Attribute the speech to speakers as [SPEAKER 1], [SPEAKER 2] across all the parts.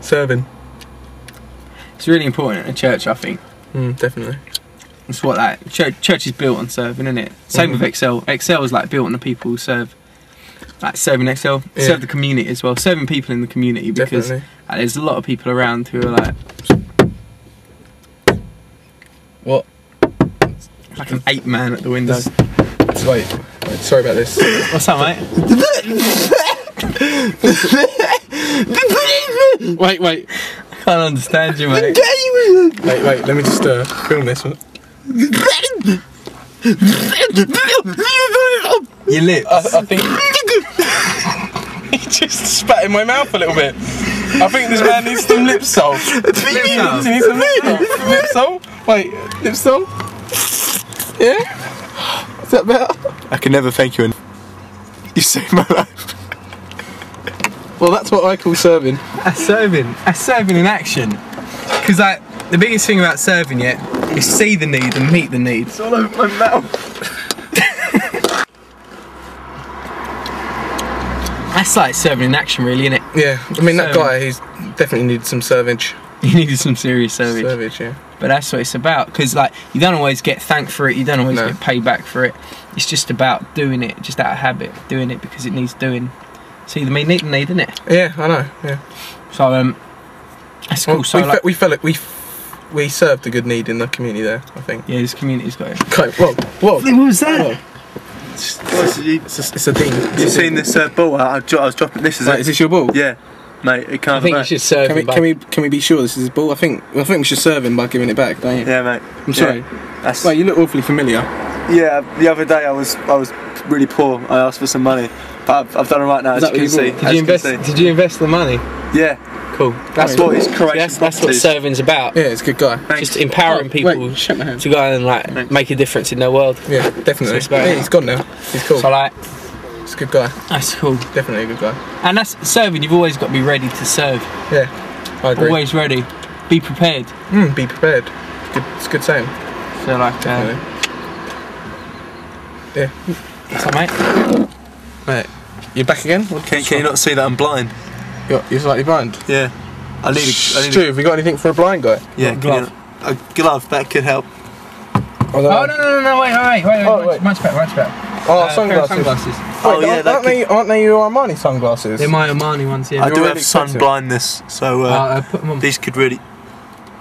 [SPEAKER 1] serving.
[SPEAKER 2] It's really important in a church, I think.
[SPEAKER 1] Mm, definitely.
[SPEAKER 2] That's what that church, church is built on serving, isn't it? Same
[SPEAKER 1] Mm-hmm.
[SPEAKER 2] with Excel. Excel is like built on the people who serve, like serving Excel,
[SPEAKER 1] Yeah.
[SPEAKER 2] serve the community as well, serving people in the community because
[SPEAKER 1] Definitely.
[SPEAKER 2] like, there's a lot of people around who are like
[SPEAKER 1] What?
[SPEAKER 2] like an ape man at the window.
[SPEAKER 1] This- Wait. wait, Sorry about this.
[SPEAKER 2] What's that, mate?
[SPEAKER 1] wait, wait.
[SPEAKER 2] I can't understand you, mate.
[SPEAKER 1] Wait, wait. Let me just uh, film this one.
[SPEAKER 2] Your lips.
[SPEAKER 1] I, I think. he just spat in my mouth a little bit. I think this man needs some lip salt. Lip
[SPEAKER 2] salve.
[SPEAKER 1] He needs some lip salt. Lip salt? Wait, lip salt? Yeah? Is that better?
[SPEAKER 3] I can never thank you enough. You saved my life.
[SPEAKER 1] Well, that's what I call serving.
[SPEAKER 2] A serving. A serving in action. Because like the biggest thing about serving yet is see the need and meet the need.
[SPEAKER 1] It's all over my mouth.
[SPEAKER 2] That's like serving in action, really, isn't it?
[SPEAKER 1] Yeah, I mean, that
[SPEAKER 2] Serving.
[SPEAKER 1] guy, he's definitely needs some servage.
[SPEAKER 2] You needed some serious service,
[SPEAKER 1] Servage, yeah.
[SPEAKER 2] but that's what it's about. Because like you don't always get thanked for it, you don't always
[SPEAKER 1] No.
[SPEAKER 2] get paid back for it. It's just about doing it, just out of habit, doing it because it needs doing. See the mean need and need, isn't it?
[SPEAKER 1] Yeah, I know, yeah.
[SPEAKER 2] So um, that's cool.
[SPEAKER 1] Well,
[SPEAKER 2] so
[SPEAKER 1] we,
[SPEAKER 2] like,
[SPEAKER 1] fe- we felt like we, f- we served a good need in the community there, I think.
[SPEAKER 2] yeah, this community's got it.
[SPEAKER 1] Okay, whoa, whoa.
[SPEAKER 2] What was
[SPEAKER 1] whoa. It's a, it's a dean.
[SPEAKER 4] You seen this uh, ball? I, I dro- I was dropping. This is
[SPEAKER 1] Wait,
[SPEAKER 4] it.
[SPEAKER 1] is this your ball?
[SPEAKER 4] Yeah, mate. It
[SPEAKER 2] I
[SPEAKER 4] can't.
[SPEAKER 2] think
[SPEAKER 4] back.
[SPEAKER 2] you should serve
[SPEAKER 1] Can we,
[SPEAKER 2] him.
[SPEAKER 1] can we can we be sure this is his ball? I think I think we should serve him by giving it back, don't you?
[SPEAKER 4] Yeah, mate.
[SPEAKER 1] I'm sorry.
[SPEAKER 4] Yeah. That's,
[SPEAKER 1] Wait, you look awfully familiar.
[SPEAKER 4] yeah, the other day I was I was really poor. I asked for some money, but I've, I've done it right now.
[SPEAKER 1] Is
[SPEAKER 4] As
[SPEAKER 1] that
[SPEAKER 4] you can
[SPEAKER 1] what
[SPEAKER 4] see.
[SPEAKER 1] you
[SPEAKER 2] Did you
[SPEAKER 4] as you can
[SPEAKER 2] invest?
[SPEAKER 4] see.
[SPEAKER 2] Did you invest the money?
[SPEAKER 4] Yeah,
[SPEAKER 2] Cool.
[SPEAKER 4] that's what his creation.
[SPEAKER 2] That's, that's what
[SPEAKER 4] properties.
[SPEAKER 2] serving's about.
[SPEAKER 1] Yeah, it's a good guy. Oh,
[SPEAKER 2] Just empowering people
[SPEAKER 1] Wait, shake my hand.
[SPEAKER 2] to go and like make a difference in their world.
[SPEAKER 1] Yeah, definitely.
[SPEAKER 2] It's about-
[SPEAKER 1] Yeah, he's gone now. He's cool.
[SPEAKER 2] So like
[SPEAKER 1] He's a good guy.
[SPEAKER 2] that's cool.
[SPEAKER 1] Definitely a good guy.
[SPEAKER 2] And that's serving. You've always got to be ready to serve.
[SPEAKER 1] Yeah, I agree.
[SPEAKER 2] Always ready. Be prepared.
[SPEAKER 1] Mm, be prepared. Good, it's a good saying.
[SPEAKER 2] So like,
[SPEAKER 1] Definitely.
[SPEAKER 2] uh, what's up, mate?
[SPEAKER 1] Right, you're back again. What-
[SPEAKER 4] Can, can you not see that I'm blind?
[SPEAKER 1] You're, you're slightly blind.
[SPEAKER 4] Yeah. I need a, I need
[SPEAKER 1] Stu, have we got anything for a blind guy?
[SPEAKER 4] a yeah,
[SPEAKER 2] glove.
[SPEAKER 4] Can you, a glove that could help.
[SPEAKER 1] Oh,
[SPEAKER 2] Oh no no no no wait wait wait wait,
[SPEAKER 1] Oh,
[SPEAKER 2] wait,
[SPEAKER 1] wait.
[SPEAKER 2] much better much better.
[SPEAKER 1] oh
[SPEAKER 2] Uh, pair
[SPEAKER 1] sunglasses.
[SPEAKER 2] of sunglasses.
[SPEAKER 1] Wait,
[SPEAKER 4] Oh, yeah,
[SPEAKER 1] aren't,
[SPEAKER 4] that
[SPEAKER 1] aren't they aren't they your Armani sunglasses?
[SPEAKER 2] They're my Armani ones. Yeah.
[SPEAKER 4] I
[SPEAKER 1] You're
[SPEAKER 4] do
[SPEAKER 1] really
[SPEAKER 4] have sun
[SPEAKER 1] expensive.
[SPEAKER 4] blindness, so uh,
[SPEAKER 2] I'll, uh, put them on.
[SPEAKER 4] these could really.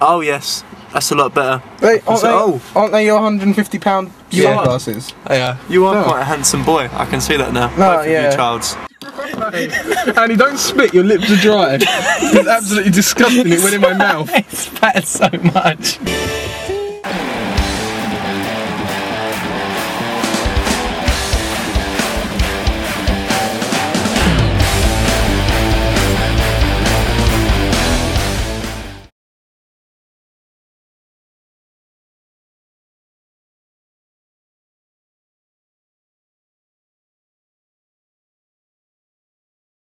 [SPEAKER 4] Oh yes, that's a lot better.
[SPEAKER 1] They, aren't,
[SPEAKER 4] So-
[SPEAKER 1] they,
[SPEAKER 4] oh.
[SPEAKER 1] aren't they your 150 pound
[SPEAKER 4] Yeah.
[SPEAKER 1] sunglasses?
[SPEAKER 2] Yeah.
[SPEAKER 4] You are
[SPEAKER 1] Oh.
[SPEAKER 4] quite a handsome boy. I can see that now.
[SPEAKER 1] No,
[SPEAKER 4] Both of you
[SPEAKER 1] yeah.
[SPEAKER 4] childs.
[SPEAKER 1] Andy, don't spit. Your lips are dry. it's absolutely disgusting. It went in my mouth.
[SPEAKER 2] It's bad so much.